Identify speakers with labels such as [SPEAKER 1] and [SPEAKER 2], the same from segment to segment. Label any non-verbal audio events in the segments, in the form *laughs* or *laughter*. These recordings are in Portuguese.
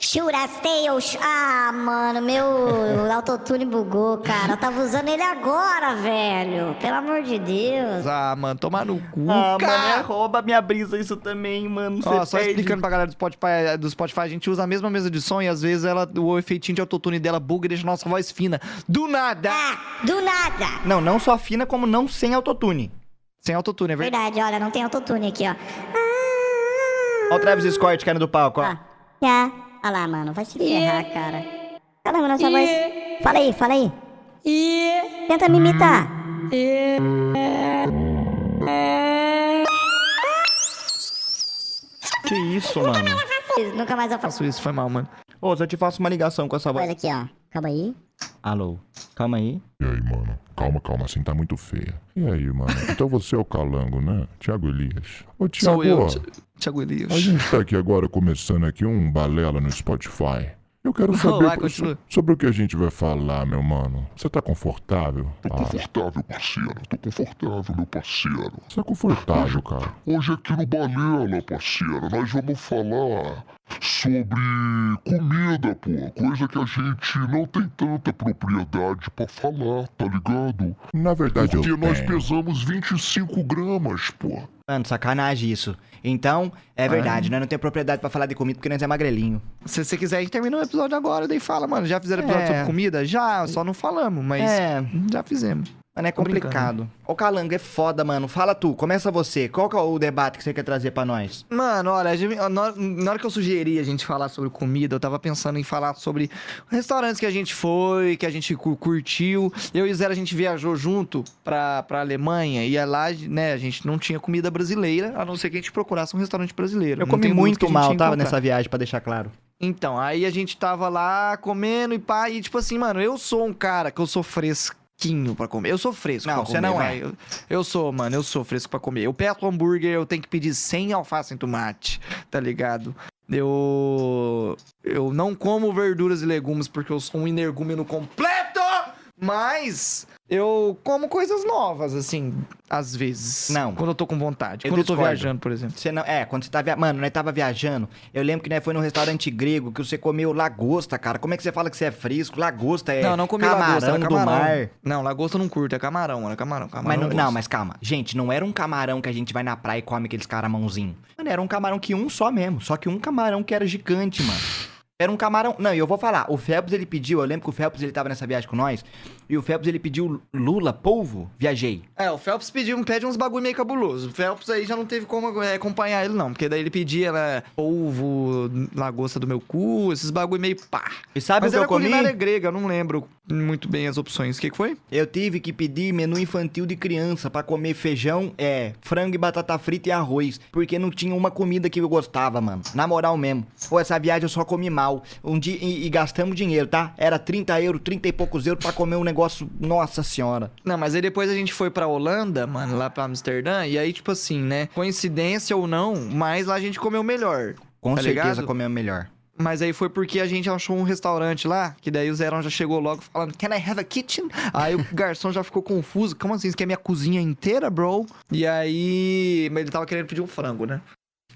[SPEAKER 1] Churasteios. Ah, mano, meu autotune bugou, cara. Eu tava usando ele agora, velho. Pelo amor de Deus.
[SPEAKER 2] Ah, mano, tomar no cu,
[SPEAKER 3] Ah, mano, é
[SPEAKER 2] cara.
[SPEAKER 3] rouba minha brisa isso também, mano. Você
[SPEAKER 2] Ó, só
[SPEAKER 3] perde.
[SPEAKER 2] explicando pra galera do Spotify, eh, do Spotify, a gente usa a mesma mesa de som e às vezes ela, o efeitinho de autotune dela buga e deixa a nossa voz fina. Do nada!
[SPEAKER 1] Ah, do nada.
[SPEAKER 3] Não, não só fina, como não sem autotune.
[SPEAKER 2] Sem autotune, é verdade.
[SPEAKER 1] Verdade, olha, não tem autotune aqui, ó.
[SPEAKER 3] Ó o Travis Scott caindo do palco, ó.
[SPEAKER 1] Ah, já. Olha lá, mano, vai se ferrar, cara. Caramba, nossa voz. Fala aí, fala aí. Tenta me imitar.
[SPEAKER 3] Que isso, mano.
[SPEAKER 1] Vocês Nunca mais eu faço.
[SPEAKER 2] Faço isso, foi mal, mano.
[SPEAKER 3] Ô, se eu te faço uma ligação com essa voz.
[SPEAKER 1] Olha aqui, ó. Calma aí.
[SPEAKER 3] Alô, calma aí.
[SPEAKER 4] E aí, mano? Calma, calma, assim tá muito feia. E aí, mano? Então você é o calango, né? Tiago Elias. Ô, Tiago,
[SPEAKER 2] Sou eu,
[SPEAKER 4] ó,
[SPEAKER 2] Ti- Thiago Elias.
[SPEAKER 4] a gente tá aqui agora começando aqui um balela no Spotify. Eu quero
[SPEAKER 2] Vai,
[SPEAKER 4] saber
[SPEAKER 2] vai,
[SPEAKER 4] po-
[SPEAKER 2] continua.
[SPEAKER 4] so- sobre o que a gente vai falar, meu mano. Você tá confortável? Ah,
[SPEAKER 5] Confortável, parceiro. Tô confortável, meu parceiro.
[SPEAKER 4] você é confortável, cara.
[SPEAKER 5] Hoje aqui no Balela, parceiro, nós vamos falar sobre comida, pô. Coisa que a gente não tem tanta propriedade pra falar, tá ligado?
[SPEAKER 4] Na verdade,
[SPEAKER 5] Porque
[SPEAKER 4] eu
[SPEAKER 5] nós
[SPEAKER 4] tenho.
[SPEAKER 5] pesamos 25 gramas, pô.
[SPEAKER 3] Mano, sacanagem isso. Então, é verdade, nós não temos propriedade pra falar de comida porque nós é magrelinho.
[SPEAKER 2] Se você quiser, a gente termina o episódio agora, daí fala, mano. Já fizeram episódio
[SPEAKER 3] É.
[SPEAKER 2] sobre comida? Já, só não falamos, mas
[SPEAKER 3] É.
[SPEAKER 2] já fizemos.
[SPEAKER 3] Mano, é
[SPEAKER 2] Tô brincando.
[SPEAKER 3] complicado. Ô, Calango, é foda, mano. Fala tu, começa você. Qual que é o debate que você quer trazer pra nós?
[SPEAKER 2] Mano, olha, a gente- na hora- na hora que eu sugeri a gente falar sobre comida, eu tava pensando em falar sobre restaurantes que a gente foi, que a gente cu- curtiu. Eu e o Zero, a gente viajou junto pra, pra Alemanha e é lá, né, a gente não tinha comida brasileira, a não ser que a gente procurasse um restaurante brasileiro.
[SPEAKER 3] Eu
[SPEAKER 2] Não
[SPEAKER 3] comi
[SPEAKER 2] tem dúvida que a
[SPEAKER 3] muito
[SPEAKER 2] gente
[SPEAKER 3] mal,
[SPEAKER 2] ia
[SPEAKER 3] tá?
[SPEAKER 2] encontrar.
[SPEAKER 3] Nessa viagem, pra deixar claro.
[SPEAKER 2] Então, aí a gente tava lá comendo e pá, e tipo assim, mano, eu sou um cara que eu sou fresquinho pra comer. Eu sou fresco.
[SPEAKER 3] Não,
[SPEAKER 2] pra
[SPEAKER 3] você
[SPEAKER 2] comer,
[SPEAKER 3] não é.
[SPEAKER 2] vai. Eu, eu sou, mano, eu sou fresco pra comer. Eu peço hambúrguer, eu tenho que pedir sem alface e tomate, tá ligado? Eu. Eu não como verduras e legumes porque eu sou um energúmeno completo, mas. Eu como coisas novas, assim, às vezes.
[SPEAKER 3] Não.
[SPEAKER 2] Quando eu tô com vontade.
[SPEAKER 3] Eu
[SPEAKER 2] quando eu tô
[SPEAKER 3] discordo.
[SPEAKER 2] viajando, por exemplo.
[SPEAKER 3] Você não, é, quando você tá viajando. Mano, nós tava viajando. Eu lembro que nós foi num restaurante grego que você comeu lagosta, cara. Como é que você fala que você é frisco? Lagosta é.
[SPEAKER 2] não, não comi
[SPEAKER 3] camarão
[SPEAKER 2] lagosta, era
[SPEAKER 3] do
[SPEAKER 2] camarão.
[SPEAKER 3] mar.
[SPEAKER 2] Não, lagosta eu não curto, é camarão, era camarão, camarão.
[SPEAKER 3] Mas não,
[SPEAKER 2] eu
[SPEAKER 3] não,
[SPEAKER 2] gosto.
[SPEAKER 3] mas calma. Gente, não era um camarão que a gente vai na praia e come aqueles caramãozinho. Mano, era um camarão que um só mesmo. Só que um camarão que era gigante, mano. Era um camarão. Não, e eu vou falar. O Phelps, ele pediu. Eu lembro que o Phelps, ele tava nessa viagem com nós. E o Phelps, ele pediu lula, polvo. Viajei.
[SPEAKER 2] É, o Phelps pediu, pede uns bagulho meio cabuloso. O Phelps aí já não teve como é, acompanhar ele, não. Porque daí ele pedia né, polvo, lagosta do meu cu, esses bagulho meio pá.
[SPEAKER 3] E sabe
[SPEAKER 2] mas
[SPEAKER 3] o que
[SPEAKER 2] era
[SPEAKER 3] eu comi?
[SPEAKER 2] culinária grega, eu não lembro muito bem as opções. O que, que foi?
[SPEAKER 3] Eu tive que pedir menu infantil de criança pra comer feijão, é, frango e batata frita e arroz, porque não tinha uma comida que eu gostava, mano. Na moral mesmo. Pô, essa viagem eu só comi mal. Um dia e, e gastamos dinheiro, tá? Era 30 euros, 30 e poucos euros pra comer um negócio, nossa senhora.
[SPEAKER 2] Não, mas aí depois a gente foi pra Holanda, mano, lá pra Amsterdã, e aí, tipo assim, né? Coincidência ou não, mas lá a gente comeu melhor.
[SPEAKER 3] Com
[SPEAKER 2] tá
[SPEAKER 3] certeza
[SPEAKER 2] ligado?
[SPEAKER 3] comemos melhor.
[SPEAKER 2] Mas aí foi porque a gente achou um restaurante lá, que daí o Zerão já chegou logo falando, Can I have a kitchen? Aí o garçom já ficou confuso, como assim? Você quer minha cozinha inteira, bro? E aí. Mas ele tava querendo pedir um frango, né?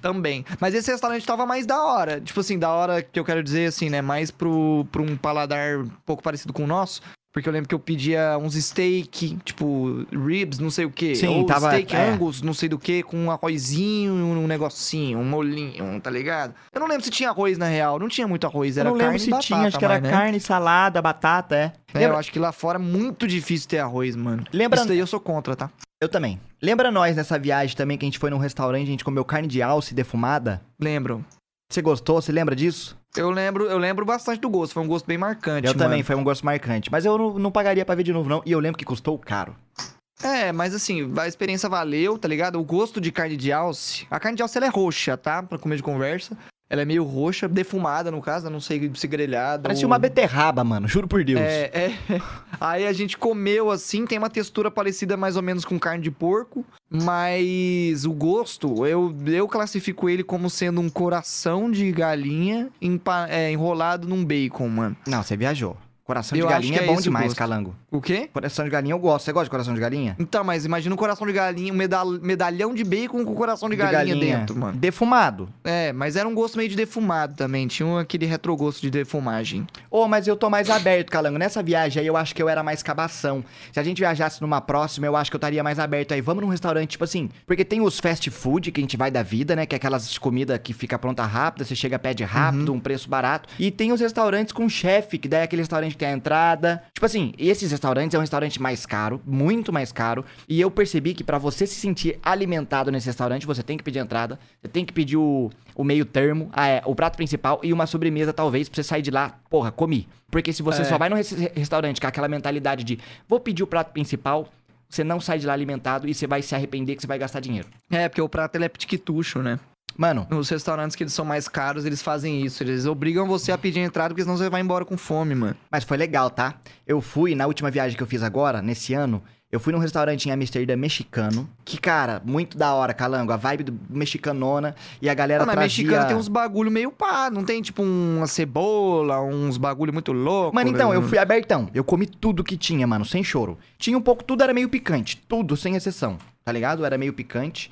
[SPEAKER 2] Também. Mas esse restaurante tava mais da hora. Tipo assim, da hora que eu quero dizer, assim, né? Mais pro, pro um paladar um pouco parecido com o nosso. Porque eu lembro que eu pedia uns steak, tipo, ribs, não sei o quê.
[SPEAKER 3] Sim,
[SPEAKER 2] Ou
[SPEAKER 3] tava-
[SPEAKER 2] steak
[SPEAKER 3] é.
[SPEAKER 2] angus, não sei do que, com um arrozinho, um negocinho, um molinho, tá ligado? Eu não lembro se tinha arroz, na real. Não tinha muito arroz, era carne e batata, mais, né?
[SPEAKER 3] carne, salada, batata, é.
[SPEAKER 2] É, eu acho que lá fora é muito difícil ter arroz, mano.
[SPEAKER 3] Lembra-
[SPEAKER 2] Isso daí eu sou contra, tá?
[SPEAKER 3] Eu também. Lembra nós nessa viagem também que a gente foi num restaurante, a gente comeu carne de alce defumada?
[SPEAKER 2] Lembro.
[SPEAKER 3] Você gostou? Você lembra disso?
[SPEAKER 2] Eu lembro, eu lembro bastante do gosto, foi um gosto bem marcante,
[SPEAKER 3] Eu
[SPEAKER 2] mano.
[SPEAKER 3] também, foi um gosto marcante. Mas eu não, não pagaria pra ver de novo, não. E eu lembro que custou caro.
[SPEAKER 2] É, mas assim, a experiência valeu, tá ligado? O gosto de carne de alce. A carne de alce ela é roxa, tá? Pra comer de conversa. Ela é meio roxa, defumada no caso, né? não sei se grelhada.
[SPEAKER 3] Parecia
[SPEAKER 2] ou-
[SPEAKER 3] uma beterraba, mano. Juro por Deus.
[SPEAKER 2] É, *laughs* é. Aí a gente comeu assim, tem uma textura parecida mais ou menos com carne de porco, mas o gosto, eu, eu classifico ele como sendo um coração de galinha empa- é, enrolado num bacon, mano.
[SPEAKER 3] Não, você viajou. Coração
[SPEAKER 2] Eu
[SPEAKER 3] de
[SPEAKER 2] acho
[SPEAKER 3] galinha
[SPEAKER 2] que
[SPEAKER 3] é
[SPEAKER 2] é
[SPEAKER 3] bom
[SPEAKER 2] esse o
[SPEAKER 3] demais,
[SPEAKER 2] gosto.
[SPEAKER 3] calango.
[SPEAKER 2] O quê?
[SPEAKER 3] Coração de galinha eu gosto. Você gosta de coração de galinha?
[SPEAKER 2] Então, mas imagina um coração de galinha, um medal- medalhão de bacon com coração de galinha, dentro, mano.
[SPEAKER 3] Defumado.
[SPEAKER 2] É, mas era um gosto meio de defumado também. Tinha um- aquele retrogosto de defumagem.
[SPEAKER 3] Ô, mas eu tô mais aberto, Calango. Nessa viagem aí eu acho que eu era mais cabação. Se a gente viajasse numa próxima, eu acho que eu estaria mais aberto aí. Vamos num restaurante, tipo assim. Porque tem os fast food que a gente vai da vida, né? Que é aquelas comidas que fica pronta rápida, você chega, pede rápido, um preço barato. E tem os restaurantes com chefe, que daí é aquele restaurante que tem a entrada. Tipo assim, esses restaurantes é um restaurante mais caro, muito mais caro. E eu percebi que pra você se sentir alimentado nesse restaurante, você tem que pedir entrada, você tem que pedir o, o meio termo, ah, é, o prato principal e uma sobremesa, talvez, pra você sair de lá, porra, comi. Porque se você só vai num res- restaurante com aquela mentalidade de vou pedir o prato principal, você não sai de lá alimentado e você vai se arrepender que você vai gastar dinheiro.
[SPEAKER 2] É, porque o prato ele é ptiquitucho, né?
[SPEAKER 3] Mano,
[SPEAKER 2] Nos restaurantes que eles são mais caros, eles fazem isso. Eles obrigam você a pedir entrada, porque senão você vai embora com fome, mano.
[SPEAKER 3] Mas foi legal, tá? Eu fui, na última viagem que eu fiz agora, nesse ano, eu fui num restaurante em Amsterdã mexicano. Que, cara, muito da hora, calango. A vibe do mexicanona. E a galera
[SPEAKER 2] Ah, mas
[SPEAKER 3] trazia...
[SPEAKER 2] mexicano tem uns bagulho meio pá. Não tem, tipo, uma cebola, uns bagulho muito louco.
[SPEAKER 3] Mano, então,
[SPEAKER 2] né?
[SPEAKER 3] eu fui abertão. Eu comi tudo que tinha, mano, sem choro. Tinha um pouco, tudo era meio picante. Tudo, sem exceção. Tá ligado? Era meio picante.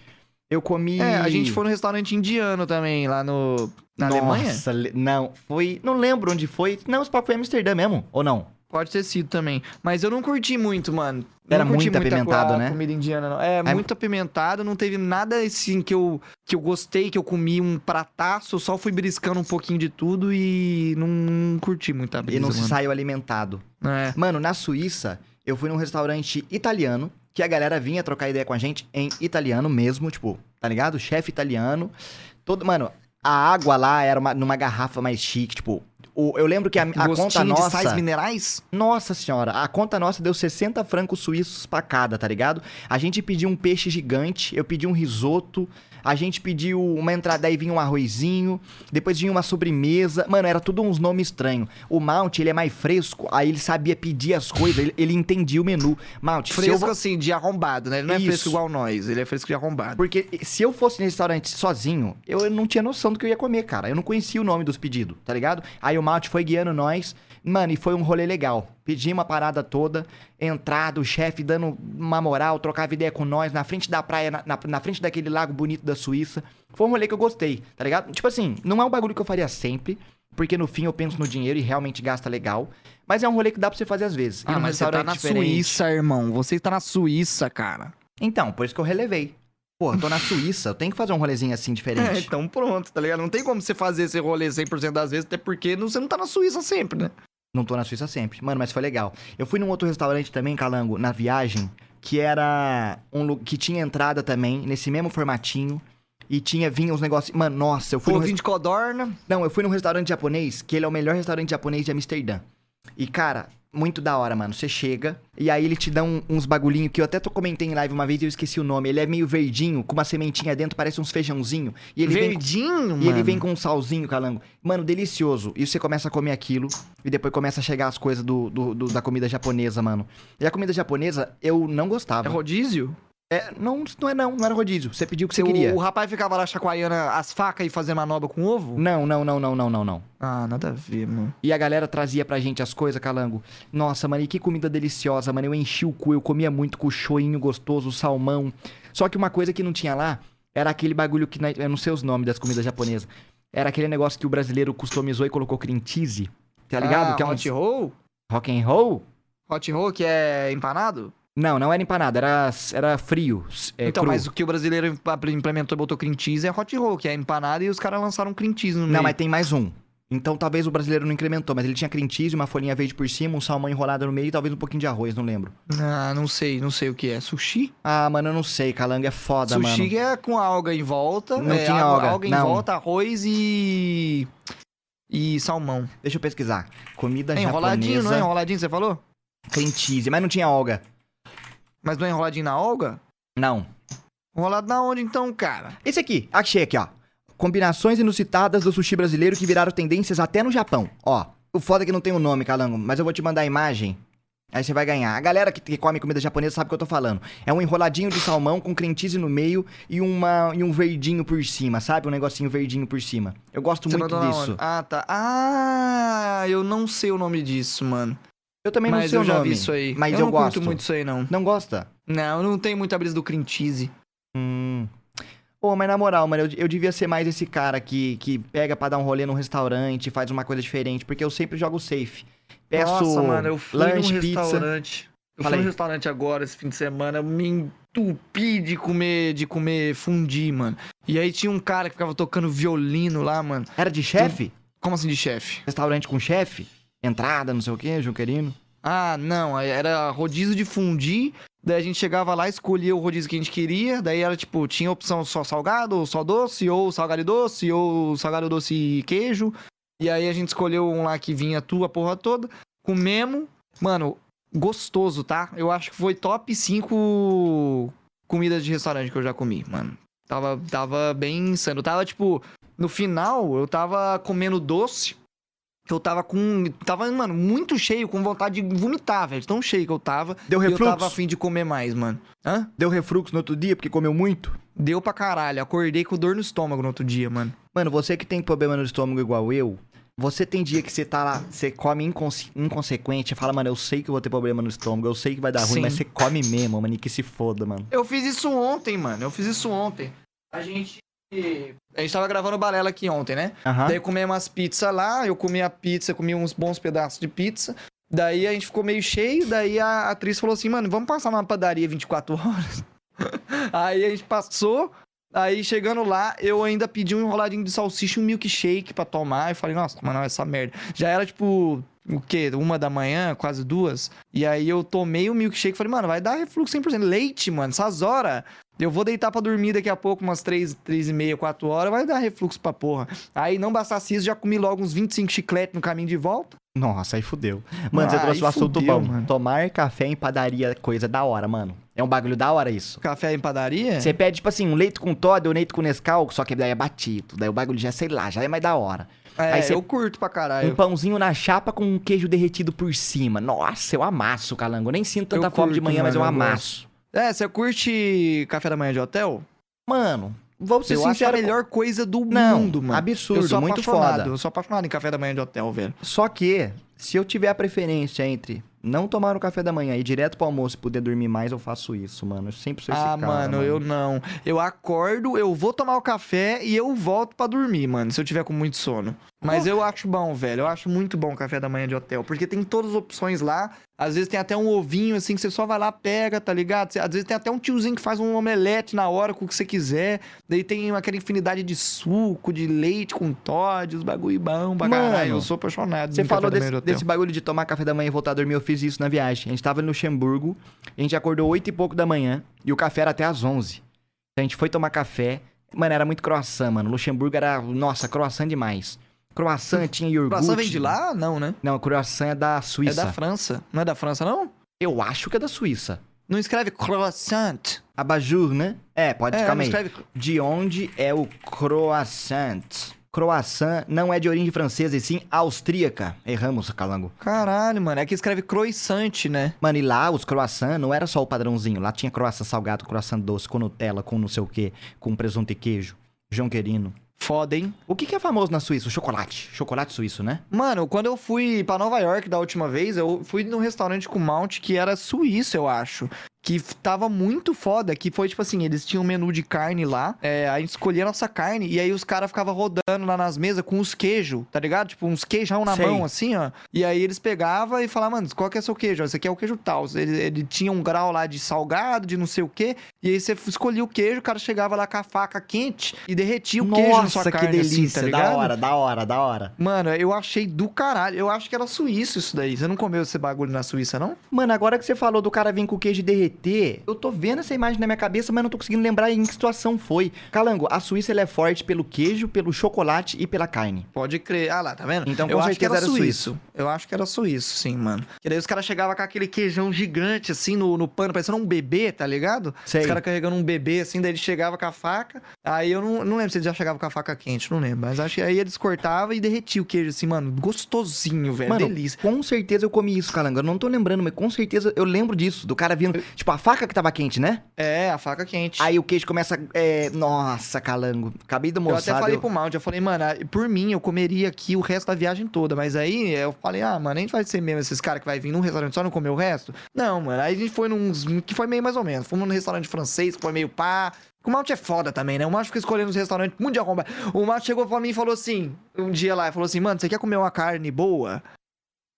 [SPEAKER 3] Eu comi...
[SPEAKER 2] É, a gente foi num restaurante indiano também, lá no... Na
[SPEAKER 3] Nossa,
[SPEAKER 2] Alemanha?
[SPEAKER 3] le- Não, foi... Não lembro onde foi. Não, esse papo foi em Amsterdã mesmo, ou não?
[SPEAKER 2] Pode ter sido também. Mas eu não curti muito, mano.
[SPEAKER 3] Era
[SPEAKER 2] não curti
[SPEAKER 3] muito
[SPEAKER 2] muita
[SPEAKER 3] apimentado,
[SPEAKER 2] co- a
[SPEAKER 3] né?
[SPEAKER 2] comida indiana, não. É, muito apimentado. Não teve nada, assim, que eu, que eu gostei, que eu comi um prataço. Eu só fui beliscando um pouquinho de tudo e não curti muito a brisa,
[SPEAKER 3] E não
[SPEAKER 2] mano.
[SPEAKER 3] saiu alimentado.
[SPEAKER 2] É.
[SPEAKER 3] Mano, na Suíça, eu fui num restaurante italiano, que a galera vinha trocar ideia com a gente em italiano mesmo, tipo, tá ligado? Chefe italiano. Todo, mano, a água lá era uma- numa garrafa mais chique, tipo, o- eu lembro que a, a conta
[SPEAKER 2] Gostinho de
[SPEAKER 3] nossa,
[SPEAKER 2] sais minerais?
[SPEAKER 3] nossa senhora, a conta nossa deu 60 francos suíços pra cada, tá ligado? A gente pediu um peixe gigante, eu pedi um risoto, a gente pediu uma entrada, aí vinha um arrozinho, depois vinha uma sobremesa. Mano, era tudo uns nomes estranhos. O Mount, ele é mais fresco, aí ele sabia pedir as coisas, ele, ele entendia o menu. Mount, se eu
[SPEAKER 2] Fresco,
[SPEAKER 3] vou-
[SPEAKER 2] assim, de arrombado, né? Ele não é
[SPEAKER 3] Isso.
[SPEAKER 2] fresco igual nós. Ele é fresco de arrombado.
[SPEAKER 3] Porque se eu fosse nesse restaurante sozinho, eu não tinha noção do que eu ia comer, cara. Eu não conhecia o nome dos pedidos, tá ligado? Aí o Malte foi guiando nós. Mano, e foi um rolê legal. Pedimos a parada toda, entrada, o chefe dando uma moral, trocava ideia com nós na frente da praia, na, na- na frente daquele lago bonito da Suíça. Foi um rolê que eu gostei, tá ligado? Tipo assim, não é um bagulho que eu faria sempre, porque no fim eu penso no dinheiro e realmente gasta legal. Mas é um rolê que dá pra você fazer às vezes.
[SPEAKER 2] Ah,
[SPEAKER 3] num
[SPEAKER 2] mas você tá
[SPEAKER 3] restaurante é
[SPEAKER 2] na
[SPEAKER 3] diferente.
[SPEAKER 2] Suíça, irmão. Você tá na Suíça, cara.
[SPEAKER 3] Então, por isso que eu relevei. Pô,
[SPEAKER 2] *laughs*
[SPEAKER 3] eu tô na Suíça, eu tenho que fazer um rolezinho assim diferente.
[SPEAKER 2] É, então pronto, tá ligado? Não tem como você fazer esse rolê 100% das vezes, até porque não- você não tá na Suíça sempre, né?
[SPEAKER 3] Não tô na Suíça sempre. Mano, mas foi legal. Eu fui num outro restaurante também, Calango, na viagem, que era um lu- que tinha entrada também, nesse mesmo formatinho. E tinha, vinha uns negócios. Mano, nossa, eu fui. Num...
[SPEAKER 2] Foguinho de codorna.
[SPEAKER 3] res- Não, eu fui num restaurante japonês, que ele é o melhor restaurante japonês de Amsterdã. E, cara, muito da hora, mano. Você chega, e aí ele te dá um- uns bagulhinhos que eu até tô comentei em live uma vez e eu esqueci o nome. Ele é meio verdinho, com uma sementinha dentro, parece uns feijãozinho. E ele vem.
[SPEAKER 2] Verdinho, mano.
[SPEAKER 3] E ele vem com um salzinho, calango. Mano, delicioso. E você começa a comer aquilo. E depois começa a chegar as coisas do, do- do- da comida japonesa, mano. E a comida japonesa, eu não
[SPEAKER 2] É
[SPEAKER 3] gostava.
[SPEAKER 2] rodízio?
[SPEAKER 3] É, não, não é não, não era rodízio. Você pediu o que você
[SPEAKER 2] o,
[SPEAKER 3] queria.
[SPEAKER 2] o rapaz ficava lá chacoalhando as facas e fazendo manobra com ovo?
[SPEAKER 3] Não, não, não, não, não, não, não.
[SPEAKER 2] Ah, nada a ver, mano.
[SPEAKER 3] E a galera trazia pra gente as coisas, calango. Nossa, mano, e que comida deliciosa, mano. Eu enchi o cu, eu comia muito com choinho gostoso, salmão. Só que uma coisa que não tinha lá era aquele bagulho que. na- Eu não sei os nomes das comidas japonesas. Era aquele negócio que o brasileiro customizou e colocou cream cheese. Tá ligado?
[SPEAKER 2] Ah,
[SPEAKER 3] que é um
[SPEAKER 2] hot roll?
[SPEAKER 3] rock and roll?
[SPEAKER 2] Hot roll que é empanado?
[SPEAKER 3] Não, não era empanada, era, era frio. s- é,
[SPEAKER 2] então,
[SPEAKER 3] cru.
[SPEAKER 2] mas o que o brasileiro imp- implementou e botou cream cheese é hot roll, que é empanado e os caras lançaram um cream cheese no meio.
[SPEAKER 3] Não, mas tem mais um. Então talvez o brasileiro não incrementou, mas ele tinha cream cheese, uma folhinha verde por cima, um salmão enrolado no meio e talvez um pouquinho de arroz, não lembro.
[SPEAKER 2] Ah, não sei, não sei o que é. Sushi?
[SPEAKER 3] Ah, mano, eu não sei, calango é foda,
[SPEAKER 2] Sushi
[SPEAKER 3] mano.
[SPEAKER 2] que é com alga em volta.
[SPEAKER 3] Não
[SPEAKER 2] é,
[SPEAKER 3] tinha
[SPEAKER 2] água-
[SPEAKER 3] alga,
[SPEAKER 2] Alga em
[SPEAKER 3] não.
[SPEAKER 2] volta, arroz e. E salmão.
[SPEAKER 3] Deixa eu pesquisar. Comida
[SPEAKER 2] É enroladinho,
[SPEAKER 3] japonesa,
[SPEAKER 2] não é enroladinho, que você falou?
[SPEAKER 3] cream cheese, mas não tinha alga.
[SPEAKER 2] Mas não é enroladinho na alga?
[SPEAKER 3] Não.
[SPEAKER 2] Enrolado na onde então, cara?
[SPEAKER 3] Esse aqui, achei aqui, ó. Combinações inusitadas do sushi brasileiro que viraram tendências até no Japão. Ó, o foda é que não tem o nome, Calango, mas eu vou te mandar a imagem. Aí você vai ganhar. A galera que, que come comida japonesa sabe o que eu tô falando. É um enroladinho de salmão com crentise no meio e, uma, e um verdinho por cima, sabe? Um negocinho verdinho por cima. Eu gosto
[SPEAKER 2] Você
[SPEAKER 3] muito
[SPEAKER 2] mandou na
[SPEAKER 3] disso.
[SPEAKER 2] onde? Ah, tá. Ah, eu não sei o nome disso, mano.
[SPEAKER 3] Eu também não
[SPEAKER 2] Mas
[SPEAKER 3] sei
[SPEAKER 2] eu
[SPEAKER 3] o
[SPEAKER 2] já
[SPEAKER 3] nome.
[SPEAKER 2] vi isso aí.
[SPEAKER 3] Mas eu,
[SPEAKER 2] eu, não
[SPEAKER 3] gosto.
[SPEAKER 2] curto muito isso aí, não.
[SPEAKER 3] Não gosta?
[SPEAKER 2] Não, não tem muita brisa do cream cheese.
[SPEAKER 3] Hum. Pô, mas na moral, mano, eu, eu devia ser mais esse cara que, que pega pra dar um rolê num restaurante, faz uma coisa diferente, porque eu sempre jogo safe. Peço
[SPEAKER 2] Nossa, mano, eu fui
[SPEAKER 3] lanche,
[SPEAKER 2] num
[SPEAKER 3] pizza.
[SPEAKER 2] restaurante. Eu
[SPEAKER 3] Fala
[SPEAKER 2] fui
[SPEAKER 3] aí.
[SPEAKER 2] num restaurante agora esse fim de semana, eu me entupi de comer, de comer fundi, mano. E aí tinha um cara que ficava tocando violino lá, mano.
[SPEAKER 3] Era de chefe?
[SPEAKER 2] Como assim de chefe?
[SPEAKER 3] Restaurante com chefe? Entrada, não sei o quê, Junquerino.
[SPEAKER 2] Ah, não, aí era rodízio de fundi. Daí a gente chegava lá, escolhia o rodízio que a gente queria. Daí era tipo, tinha opção só salgado, ou só doce, ou salgado e doce, ou salgado doce e queijo. E aí a gente escolheu um lá que vinha tu, a porra toda. Comemos. Mano, gostoso, tá? Eu acho que foi top 5 comidas de restaurante que eu já comi, mano. Tava, tava bem insano. Eu tava, tipo, no final, eu tava comendo doce. que Eu tava com. Tava, mano, muito cheio, com vontade de vomitar, velho. Tão cheio que eu tava.
[SPEAKER 3] Deu
[SPEAKER 2] E Eu
[SPEAKER 3] refluxo?
[SPEAKER 2] tava afim de comer mais, mano. Hã?
[SPEAKER 3] Deu refluxo no outro dia porque comeu muito?
[SPEAKER 2] Deu pra caralho. Acordei com dor no estômago no outro dia, mano.
[SPEAKER 3] Mano, você que tem problema no estômago igual eu, você tem dia que você tá lá, você come inconse- inconsequente, fala, mano, eu sei que eu vou ter problema no estômago, eu sei que vai dar ruim,
[SPEAKER 2] Sim.
[SPEAKER 3] mas você come mesmo, mano, e que se foda, mano.
[SPEAKER 2] Eu fiz isso ontem, mano. Eu fiz isso ontem. A gente. A gente tava gravando balela aqui ontem, né?
[SPEAKER 3] Aham.
[SPEAKER 2] Daí comemos umas pizzas lá, eu comi a pizza, comi uns bons pedaços de pizza. Daí a gente ficou meio cheio, daí a atriz falou assim, mano, vamos passar numa padaria 24 horas. *laughs* aí a gente passou, aí chegando lá, eu ainda pedi um enroladinho de salsicha e um milkshake pra tomar. Eu falei, nossa, mano, essa merda. Já era tipo, o quê? Uma da manhã, quase duas. E aí eu tomei o milkshake e falei, mano, vai dar refluxo 100%. Leite, mano, essas horas. Eu vou deitar pra dormir daqui a pouco, umas 3, 3 e meia, 4 horas, vai dar refluxo pra porra. Aí não bastasse isso, já comi logo uns 25 chicletes no caminho de volta.
[SPEAKER 3] Nossa, aí fudeu. Mano, você
[SPEAKER 2] Ah,
[SPEAKER 3] trouxe
[SPEAKER 2] aí
[SPEAKER 3] um assunto
[SPEAKER 2] fudeu,
[SPEAKER 3] bom.
[SPEAKER 2] mano.
[SPEAKER 3] Tomar café em padaria é coisa da hora, mano. É um bagulho da hora isso.
[SPEAKER 2] Café em padaria?
[SPEAKER 3] Você pede, tipo assim, um leite com Todd ou um leite com Nescau, só que daí é batido. Daí o bagulho já, sei lá, já é mais da hora.
[SPEAKER 2] é,
[SPEAKER 3] aí cê-
[SPEAKER 2] Ah, eu curto pra
[SPEAKER 3] Um
[SPEAKER 2] caralho.
[SPEAKER 3] pãozinho na chapa com um queijo derretido por cima. Nossa, eu amasso, calango. Eu nem sinto tanta
[SPEAKER 2] Eu
[SPEAKER 3] fome de
[SPEAKER 2] curto,
[SPEAKER 3] manhã, mas eu
[SPEAKER 2] mano, eu
[SPEAKER 3] amasso.
[SPEAKER 2] É, você curte café da manhã de hotel?
[SPEAKER 3] Mano, vou ser
[SPEAKER 2] eu acho a
[SPEAKER 3] sincero.
[SPEAKER 2] melhor coisa do
[SPEAKER 3] Não,
[SPEAKER 2] mundo, mano.
[SPEAKER 3] absurdo,
[SPEAKER 2] eu sou
[SPEAKER 3] muito
[SPEAKER 2] apaixonado,
[SPEAKER 3] foda.
[SPEAKER 2] Eu sou apaixonado em café da manhã de hotel, velho.
[SPEAKER 3] Só que, se eu tiver a preferência entre não tomar o café da manhã e ir direto pro almoço e poder dormir mais, eu faço isso, mano. Eu sempre sou esse
[SPEAKER 2] ah,
[SPEAKER 3] cara,
[SPEAKER 2] mano, eu não. Eu acordo, eu vou tomar o café e eu volto pra dormir, mano, se eu tiver com muito sono. Mas eu acho bom, velho. Eu acho muito bom o café da manhã de hotel. Porque tem todas as opções lá. Às vezes tem até um ovinho, assim, que você só vai lá, pega, tá ligado? Cê- Às vezes tem até um tiozinho que faz um omelete na hora com o que você quiser. Daí tem aquela infinidade de suco, de leite com Todd, os bagulho bom pra
[SPEAKER 3] Mano,
[SPEAKER 2] caralho. Eu sou apaixonado
[SPEAKER 3] Você
[SPEAKER 2] em
[SPEAKER 3] falou
[SPEAKER 2] café da manhã
[SPEAKER 3] desse,
[SPEAKER 2] de hotel.
[SPEAKER 3] desse bagulho de tomar café da manhã e voltar a dormir, eu fiz isso na viagem. A gente tava em Luxemburgo, a gente acordou oito e pouco da manhã e o café era até às 11. A gente foi tomar café, mano, era muito croissant, mano. Luxemburgo era, nossa, croissant demais.
[SPEAKER 2] *laughs*
[SPEAKER 3] Croissant tinha iogurte.
[SPEAKER 2] Croissant vem de lá? Não, né?
[SPEAKER 3] Não, croissant é da Suíça.
[SPEAKER 2] É da França. Não é da França, não?
[SPEAKER 3] Eu acho que é da Suíça.
[SPEAKER 2] Não escreve croissant.
[SPEAKER 3] Abajur, né? É, pode,
[SPEAKER 2] É,
[SPEAKER 3] calma
[SPEAKER 2] não
[SPEAKER 3] aí.
[SPEAKER 2] escreve
[SPEAKER 3] De onde é o croissant? Croissant não é de origem francesa e sim austríaca. Erramos, calango.
[SPEAKER 2] Caralho, mano. É que escreve croissante, né?
[SPEAKER 3] Mano, e lá os croissant não era só o padrãozinho. Lá tinha croissant salgado, croissant doce, com Nutella, com não sei o quê, com presunto e queijo, jonquerino.
[SPEAKER 2] Foda, hein?
[SPEAKER 3] O que, que é famoso na Suíça? O chocolate. Chocolate suíço, né?
[SPEAKER 2] Mano, quando eu fui pra Nova York da última vez, eu fui num restaurante com Mount que era suíço, eu acho. Que f- tava muito foda, que foi tipo assim, eles tinham um menu de carne lá, é, a gente escolhia a nossa carne, e aí os caras ficavam rodando lá nas mesas com os queijos, tá ligado? Tipo, uns queijão na
[SPEAKER 3] Sei.
[SPEAKER 2] mão, assim, ó. E aí eles pegavam e falavam, mano, qual que é seu queijo? Esse aqui é o queijo tal. Ele, ele tinha um grau lá de salgado, de não sei o quê, e aí você f- escolhia o queijo, o cara chegava lá com a faca quente e derretia o queijo na sua
[SPEAKER 3] Nossa, que
[SPEAKER 2] carne,
[SPEAKER 3] delícia.
[SPEAKER 2] assim, tá
[SPEAKER 3] da
[SPEAKER 2] ligado?
[SPEAKER 3] hora, da hora, da hora.
[SPEAKER 2] Mano, eu achei do caralho. Eu acho que era suíço isso daí. Você não comeu esse bagulho na Suíça, não?
[SPEAKER 3] Mano, agora que você falou do cara vir com o queijo e derreter, eu tô vendo essa imagem na minha cabeça, mas não tô conseguindo lembrar em que situação foi. Calango, a Suíça ela é forte pelo queijo, pelo chocolate e pela carne.
[SPEAKER 2] Pode crer. Ah lá, tá vendo?
[SPEAKER 3] Então, com
[SPEAKER 2] eu acho que
[SPEAKER 3] certeza
[SPEAKER 2] era,
[SPEAKER 3] era
[SPEAKER 2] suíço.
[SPEAKER 3] suíço.
[SPEAKER 2] Eu acho que era suíço, sim, mano. E daí os caras chegavam com aquele queijão gigante, assim, no, no pano, parecendo um bebê, tá ligado?
[SPEAKER 3] Sei.
[SPEAKER 2] Os caras carregando um bebê, assim, daí ele chegava com a faca. Aí eu não, não lembro se ele já chegava com a faca quente, não lembro. Mas acho que aí eles cortavam e derretiam o queijo, assim, mano. Gostosinho, velho.
[SPEAKER 3] Mano,
[SPEAKER 2] é delícia.
[SPEAKER 3] com certeza eu comi isso, calango. Eu não tô lembrando, mas com certeza eu lembro disso. Do cara vindo. Tipo, a faca que tava quente, né?
[SPEAKER 2] É, a faca quente.
[SPEAKER 3] Aí o queijo começa. É... Nossa, calango. Acabei do
[SPEAKER 2] eu
[SPEAKER 3] moçado.
[SPEAKER 2] até falei pro Maldi, eu falei, mano, ah, por mim eu comeria aqui o resto da viagem toda. Mas aí eu falei, ah, mano, a gente vai ser mesmo esses caras que vai vir num restaurante só não comer o resto? Não, mano. Aí a gente foi num. que foi meio mais ou menos. Fomos num restaurante francês, que foi meio pá. O Malte é foda também, né? O Malte fica escolhendo os restaurantes muito de arromba. O Malte chegou pra mim e falou assim, um dia lá, e falou assim, mano, você quer comer uma carne boa?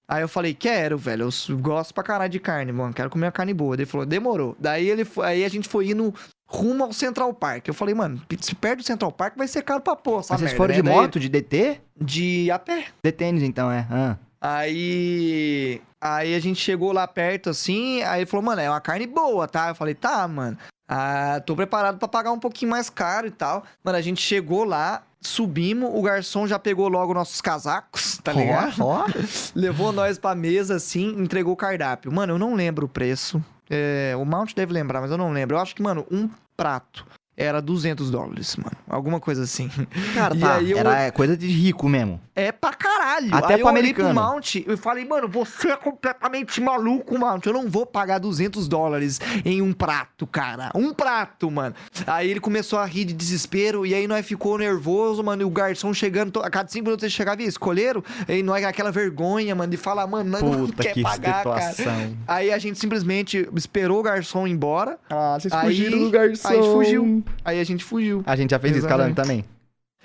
[SPEAKER 2] Aí eu falei, quero, velho. Eu s- gosto pra caralho de carne, mano. Quero comer uma carne boa. Daí Ele falou, demorou. Daí ele fo- aí a gente foi indo rumo ao Central Park. Eu falei, mano, se perde o Central Park vai ser caro pra pôr. essa
[SPEAKER 3] Mas vocês
[SPEAKER 2] merda,
[SPEAKER 3] foram
[SPEAKER 2] né?
[SPEAKER 3] de
[SPEAKER 2] Daí-
[SPEAKER 3] moto, de DT?
[SPEAKER 2] De a pé.
[SPEAKER 3] De tênis, então, é. Ah.
[SPEAKER 2] Aí. Aí a gente chegou lá perto assim, aí ele falou, mano, é uma carne boa, tá? Eu falei, tá, mano. Ah, tô preparado pra pagar um pouquinho mais caro e tal. Mano, a gente chegou lá, subimos, o garçom já pegou logo nossos casacos, *laughs* tá ligado?
[SPEAKER 3] Ó, ó.
[SPEAKER 2] Levou nós pra mesa, assim, entregou o cardápio. Mano, eu não lembro o preço. É, o Mount deve lembrar, mas eu não lembro. Eu acho que, mano, um prato era 200 dólares, mano. Alguma coisa assim.
[SPEAKER 3] Cara,
[SPEAKER 2] E
[SPEAKER 3] tá.
[SPEAKER 2] aí eu-
[SPEAKER 3] Era é, coisa de rico mesmo.
[SPEAKER 2] É pra caralho.
[SPEAKER 3] Até
[SPEAKER 2] Aí eu
[SPEAKER 3] pro
[SPEAKER 2] olhei
[SPEAKER 3] americano.
[SPEAKER 2] pro Mount e falei, mano, você é completamente maluco, Mount. Eu não vou pagar 200 dólares em um prato, cara. Um prato, mano. Aí ele começou a rir de desespero e aí nós ficou nervoso, mano. E o garçom chegando, to- a cada cinco minutos ele chegava e escolheram. E nós aquela vergonha, mano, de falar, mano, nós *laughs* não
[SPEAKER 3] Puta
[SPEAKER 2] quer
[SPEAKER 3] que
[SPEAKER 2] pagar, cara.
[SPEAKER 3] situação.
[SPEAKER 2] Aí a gente simplesmente esperou o garçom ir embora.
[SPEAKER 6] Ah, vocês
[SPEAKER 2] Aí-
[SPEAKER 6] fugiram do garçom.
[SPEAKER 2] Aí a gente fugiu. Aí a gente fugiu.
[SPEAKER 3] A gente já fez isso, calango
[SPEAKER 2] Exatamente.
[SPEAKER 3] também.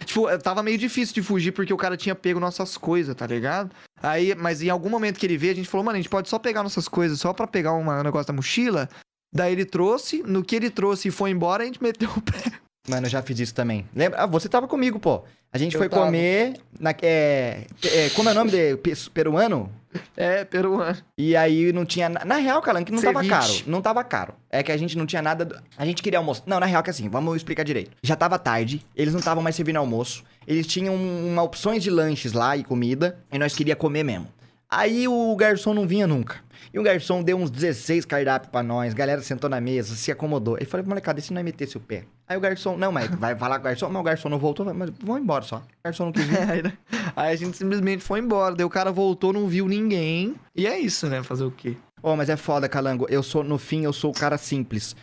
[SPEAKER 2] Tipo, eh, tava meio difícil de fugir porque o cara tinha pego nossas coisas, tá ligado? Aí, mas em algum momento que ele vê, a gente falou, mano, a gente pode só pegar nossas coisas, só pra pegar uma- um negócio da mochila. Daí ele trouxe, no que ele trouxe e foi embora, a gente meteu o pé. *laughs*
[SPEAKER 3] Mano, eu já fiz isso também. Lembra? Ah, você tava comigo, pô. A gente
[SPEAKER 2] Eu
[SPEAKER 3] foi
[SPEAKER 2] tava.
[SPEAKER 3] comer. Na, é, é, como é o nome de pe- peruano?
[SPEAKER 2] É, peruano. *laughs*
[SPEAKER 3] E aí não tinha. na- Na real, Calan, que não tava
[SPEAKER 2] Ceviche.
[SPEAKER 3] caro. Não tava caro. É que a gente não tinha nada. do- A gente queria almoço. Não, na real que assim, vamos explicar direito. Já tava tarde, eles não estavam mais servindo almoço. Eles tinham um, uma opções de lanches lá e comida. E nós queria comer mesmo. Aí o garçom não vinha nunca. E o garçom deu uns 16 cardápios pra nós. Galera sentou na mesa, se acomodou. Aí eu falei, molecada, e se nós metesse o pé? Aí o garçom, não, mas vai falar com o garçom, mas o garçom não voltou, mas vão embora só. O garçom não quis vir.
[SPEAKER 2] Aí, né? Aí a gente simplesmente foi embora. Daí o cara voltou, não viu ninguém. E é isso, né? Fazer o quê?
[SPEAKER 3] Ô, mas é foda, Calango. Eu sou, no fim, eu sou o cara simples.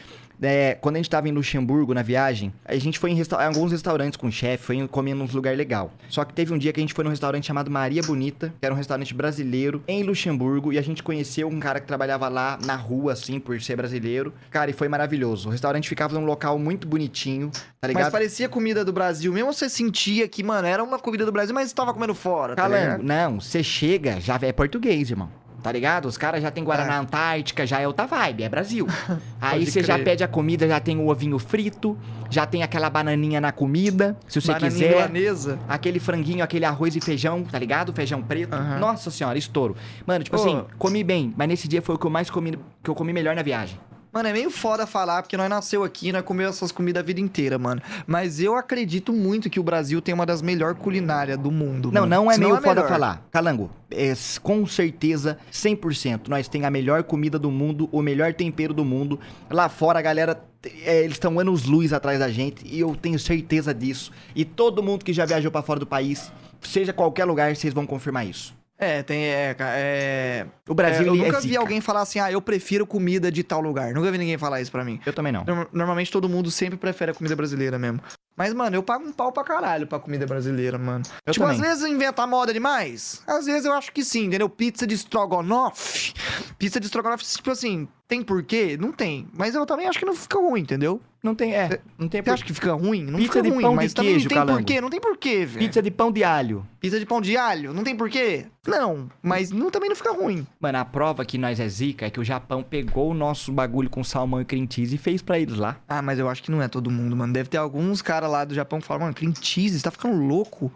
[SPEAKER 3] É, quando a gente tava em Luxemburgo na viagem, a gente foi em, resta- em alguns restaurantes com o chefe, foi em- comendo uns lugar legal. Só que teve um dia que a gente foi num restaurante chamado Maria Bonita, que era um restaurante brasileiro em Luxemburgo, e a gente conheceu um cara que trabalhava lá na rua, assim, por ser brasileiro. Cara, e foi maravilhoso. O restaurante ficava num local muito bonitinho, tá ligado?
[SPEAKER 2] Mas parecia comida do Brasil. Mesmo você sentia que, mano, era uma comida do Brasil, mas tava comendo fora, tá ligado?
[SPEAKER 3] Calango, não, você né? Um, chega, já é português, irmão. Tá ligado? Os caras já tem Guaraná Antártica, já é outra vibe, é
[SPEAKER 2] *laughs*
[SPEAKER 3] Brasil. Aí
[SPEAKER 2] Pode
[SPEAKER 3] você já
[SPEAKER 2] crer.
[SPEAKER 3] pede a comida, já tem o ovinho frito, já tem aquela bananinha na comida, se você
[SPEAKER 2] Bananinha
[SPEAKER 3] quiser.
[SPEAKER 2] milanesa.
[SPEAKER 3] Aquele franguinho, aquele arroz e feijão, tá ligado? Feijão preto.
[SPEAKER 2] Aham.
[SPEAKER 3] Nossa senhora, estouro. Mano, tipo
[SPEAKER 2] Ô.
[SPEAKER 3] assim, comi bem, mas nesse dia foi o que eu mais comi, que eu comi melhor na viagem.
[SPEAKER 2] Mano, é meio foda falar, porque nós nasceu aqui, nós comeu essas comidas a vida inteira, mano. Mas eu acredito muito que o Brasil tem uma das melhores culinárias do mundo.
[SPEAKER 3] Não,
[SPEAKER 2] mano.
[SPEAKER 3] não é
[SPEAKER 2] Senão
[SPEAKER 3] meio foda
[SPEAKER 2] melhor.
[SPEAKER 3] falar. Calango, é, s- com certeza, 100%. Nós tem a melhor comida do mundo, o melhor tempero do mundo. Lá fora, a galera, t- é, eles estão anos luz atrás da gente e eu tenho certeza disso. E todo mundo que já viajou pra fora do país, seja qualquer lugar, vocês vão confirmar isso.
[SPEAKER 2] É, tem. É, ca- é,
[SPEAKER 3] O
[SPEAKER 2] é,
[SPEAKER 3] Brasil,
[SPEAKER 2] eu
[SPEAKER 3] ele é
[SPEAKER 2] nunca vi
[SPEAKER 3] zica.
[SPEAKER 2] alguém falar assim, ah, eu prefiro comida de tal lugar. Nunca vi ninguém falar isso pra mim.
[SPEAKER 3] Eu também não.
[SPEAKER 2] Norm- Normalmente todo mundo sempre prefere a comida brasileira mesmo. Mas, mano, eu pago um pau pra caralho pra comida brasileira, mano.
[SPEAKER 3] Eu
[SPEAKER 2] tipo,
[SPEAKER 3] também.
[SPEAKER 2] às vezes inventar moda demais. Às vezes eu acho que sim, entendeu? Pizza de strogonoff. Pizza de strogonoff, tipo assim, tem porquê? Não tem. Mas eu também acho que não fica ruim, entendeu?
[SPEAKER 3] Não tem, é. Não tem
[SPEAKER 2] Você acha que fica ruim? Não
[SPEAKER 3] Pizza
[SPEAKER 2] fica
[SPEAKER 3] de
[SPEAKER 2] ruim,
[SPEAKER 3] pão de
[SPEAKER 2] mas também
[SPEAKER 3] queijo,
[SPEAKER 2] não tem
[SPEAKER 3] calango.
[SPEAKER 2] porquê, não tem porquê, velho. Pizza...
[SPEAKER 3] Pizza de pão de alho.
[SPEAKER 2] de pão de alho, não tem porquê? Não, mas não, também não fica ruim.
[SPEAKER 3] Mano, a prova que nós é zica é que o Japão pegou o nosso bagulho com salmão e cream cheese e fez pra eles lá.
[SPEAKER 2] Ah, mas eu acho que não é todo mundo, mano. Deve ter alguns caras lá do Japão que falam, mano, cream cheese, você tá ficando louco.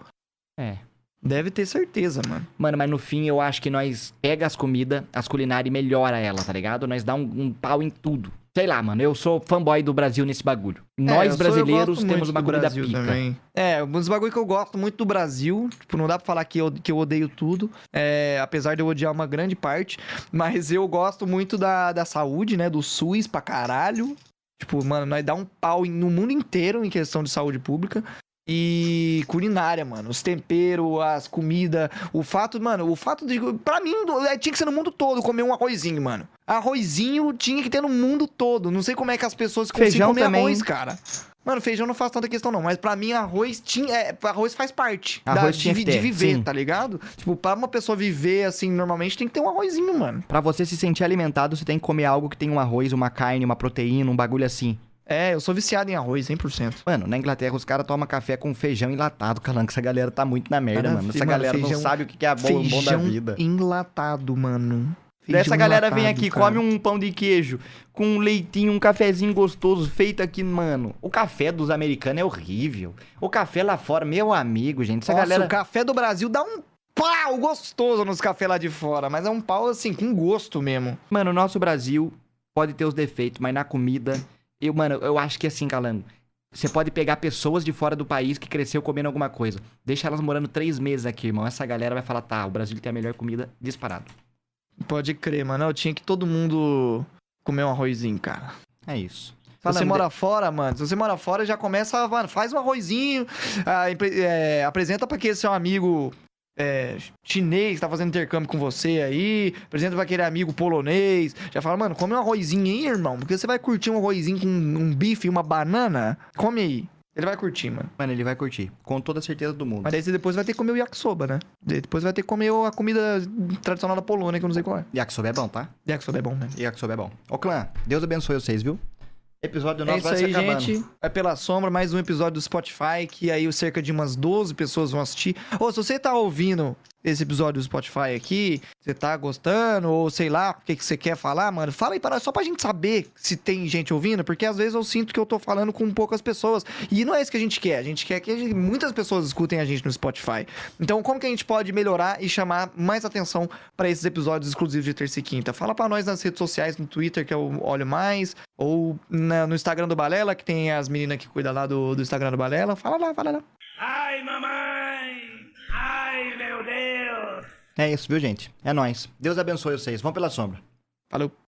[SPEAKER 3] É.
[SPEAKER 2] Deve ter certeza, mano.
[SPEAKER 3] Mano, mas no fim eu acho que nós pega as comidas, as culinárias e melhora ela, tá ligado? Nós dá um, um pau em tudo. Sei lá, mano, eu sou fanboy do Brasil nesse bagulho.
[SPEAKER 2] É, eu
[SPEAKER 3] Nós
[SPEAKER 2] sou- eu
[SPEAKER 3] brasileiros
[SPEAKER 2] gosto
[SPEAKER 3] temos
[SPEAKER 2] muito
[SPEAKER 3] o
[SPEAKER 2] do
[SPEAKER 3] bagulho da
[SPEAKER 2] Brasil
[SPEAKER 3] pica.
[SPEAKER 2] Também. É, um dos bagulho que eu gosto muito do Brasil, tipo, não dá pra falar que eu, que eu odeio tudo, é, apesar de eu odiar uma grande parte, mas eu gosto muito da, da saúde, né, do SUS pra caralho. Tipo, mano, nós dá um pau em- no mundo inteiro em questão de saúde pública. e culinária, mano. Os temperos, as comidas, o fato, mano, o fato de. Pra mim, do- é, tinha que ser no mundo todo comer um arrozinho, mano. Arrozinho tinha que ter no mundo todo. Não sei como é que as pessoas conseguem
[SPEAKER 3] Feijão
[SPEAKER 2] comer
[SPEAKER 3] também.
[SPEAKER 2] arroz, cara. Mano, feijão não faz tanta questão, não. Mas pra mim, arroz tinha. é, arroz faz parte
[SPEAKER 3] Arroz
[SPEAKER 2] da,
[SPEAKER 3] tinha
[SPEAKER 2] de,
[SPEAKER 3] que
[SPEAKER 2] de
[SPEAKER 3] ter,
[SPEAKER 2] viver,
[SPEAKER 3] sim.
[SPEAKER 2] tá ligado? Tipo, pra uma pessoa viver assim normalmente, tem que ter um arrozinho, mano.
[SPEAKER 3] Pra você se sentir alimentado, você tem que comer algo que tem um arroz, uma carne, uma proteína, um bagulho assim.
[SPEAKER 2] É, eu sou viciado em arroz, 100%.
[SPEAKER 3] Mano, na Inglaterra os caras tomam café com feijão enlatado, *laughs* calanco. Essa galera tá muito na merda,
[SPEAKER 2] Cara,
[SPEAKER 3] mano. Essa
[SPEAKER 2] mano,
[SPEAKER 3] galera
[SPEAKER 2] feijão-
[SPEAKER 3] não sabe o que que é bom, bom da
[SPEAKER 2] Feijão
[SPEAKER 3] vida.
[SPEAKER 2] enlatado, mano.
[SPEAKER 3] Daí essa
[SPEAKER 2] Feijão
[SPEAKER 3] galera vem
[SPEAKER 2] enlatado,
[SPEAKER 3] aqui,
[SPEAKER 2] cara.
[SPEAKER 3] come um pão de queijo com um leitinho, um cafezinho gostoso feito aqui, mano. O café dos americanos é horrível. O café lá fora, meu amigo, gente. Essa
[SPEAKER 2] Nossa,
[SPEAKER 3] galera.
[SPEAKER 2] o café do Brasil dá um pau gostoso nos cafés lá de fora, mas é um pau assim, com gosto mesmo.
[SPEAKER 3] Mano, o nosso Brasil pode ter os defeitos, mas na comida. Eu, mano, eu acho que é assim, Calango. Você pode pegar pessoas de fora do país que cresceu comendo alguma coisa. Deixa elas morando três meses aqui, irmão. Essa galera vai falar, tá, o Brasil tem a melhor comida disparado.
[SPEAKER 2] Pode crer, mano. Eu tinha que todo mundo comer um arrozinho, cara.
[SPEAKER 3] É isso.
[SPEAKER 2] Se
[SPEAKER 3] Falando
[SPEAKER 2] você
[SPEAKER 3] de-
[SPEAKER 2] mora fora, mano, se você mora fora, já começa, mano, faz um arrozinho, ah, empre- é, apresenta pra aquele seu amigo é, chinês que tá fazendo intercâmbio com você aí, apresenta pra aquele amigo polonês, já fala, mano, come um arrozinho aí, irmão, porque você vai curtir um arrozinho com um bife e uma banana, come aí. Ele vai curtir, mano.
[SPEAKER 3] Mano, ele vai curtir. Com toda a certeza do mundo.
[SPEAKER 2] Mas daí você depois vai ter que comer o yakisoba, né? Daí Depois vai ter que comer o- a comida tradicional da Polônia, que eu não sei qual é.
[SPEAKER 3] Yakisoba é bom, tá?
[SPEAKER 2] Yakisoba é bom mesmo.
[SPEAKER 3] Yakisoba é bom. Ô, clã, Deus abençoe vocês, viu? Episódio
[SPEAKER 2] É
[SPEAKER 3] nosso
[SPEAKER 2] isso
[SPEAKER 3] vai
[SPEAKER 2] aí,
[SPEAKER 3] se acabando.
[SPEAKER 2] gente. É pela sombra, mais um episódio do Spotify, que aí cerca de umas 12 pessoas vão assistir. Ou se você tá ouvindo esse episódio do Spotify aqui, você tá gostando, ou sei lá, o que que você quer falar, mano, fala aí para nós, só pra gente saber se tem gente ouvindo, porque às vezes eu sinto que eu tô falando com poucas pessoas. E não é isso que a gente quer. A gente quer que a gente- muitas pessoas escutem a gente no Spotify. Então, como que a gente pode melhorar e chamar mais atenção pra esses episódios exclusivos de terça e quinta? Fala pra nós nas redes sociais, no Twitter, que eu olho mais, ou na- no Instagram do Balela, que tem as meninas que cuidam lá do, do Instagram do Balela. Fala lá, fala lá.
[SPEAKER 6] Ai, mamãe! Ai, meu Deus!
[SPEAKER 3] É isso, viu, gente? É nóis. Deus abençoe vocês. Vão pela sombra.
[SPEAKER 2] Valeu.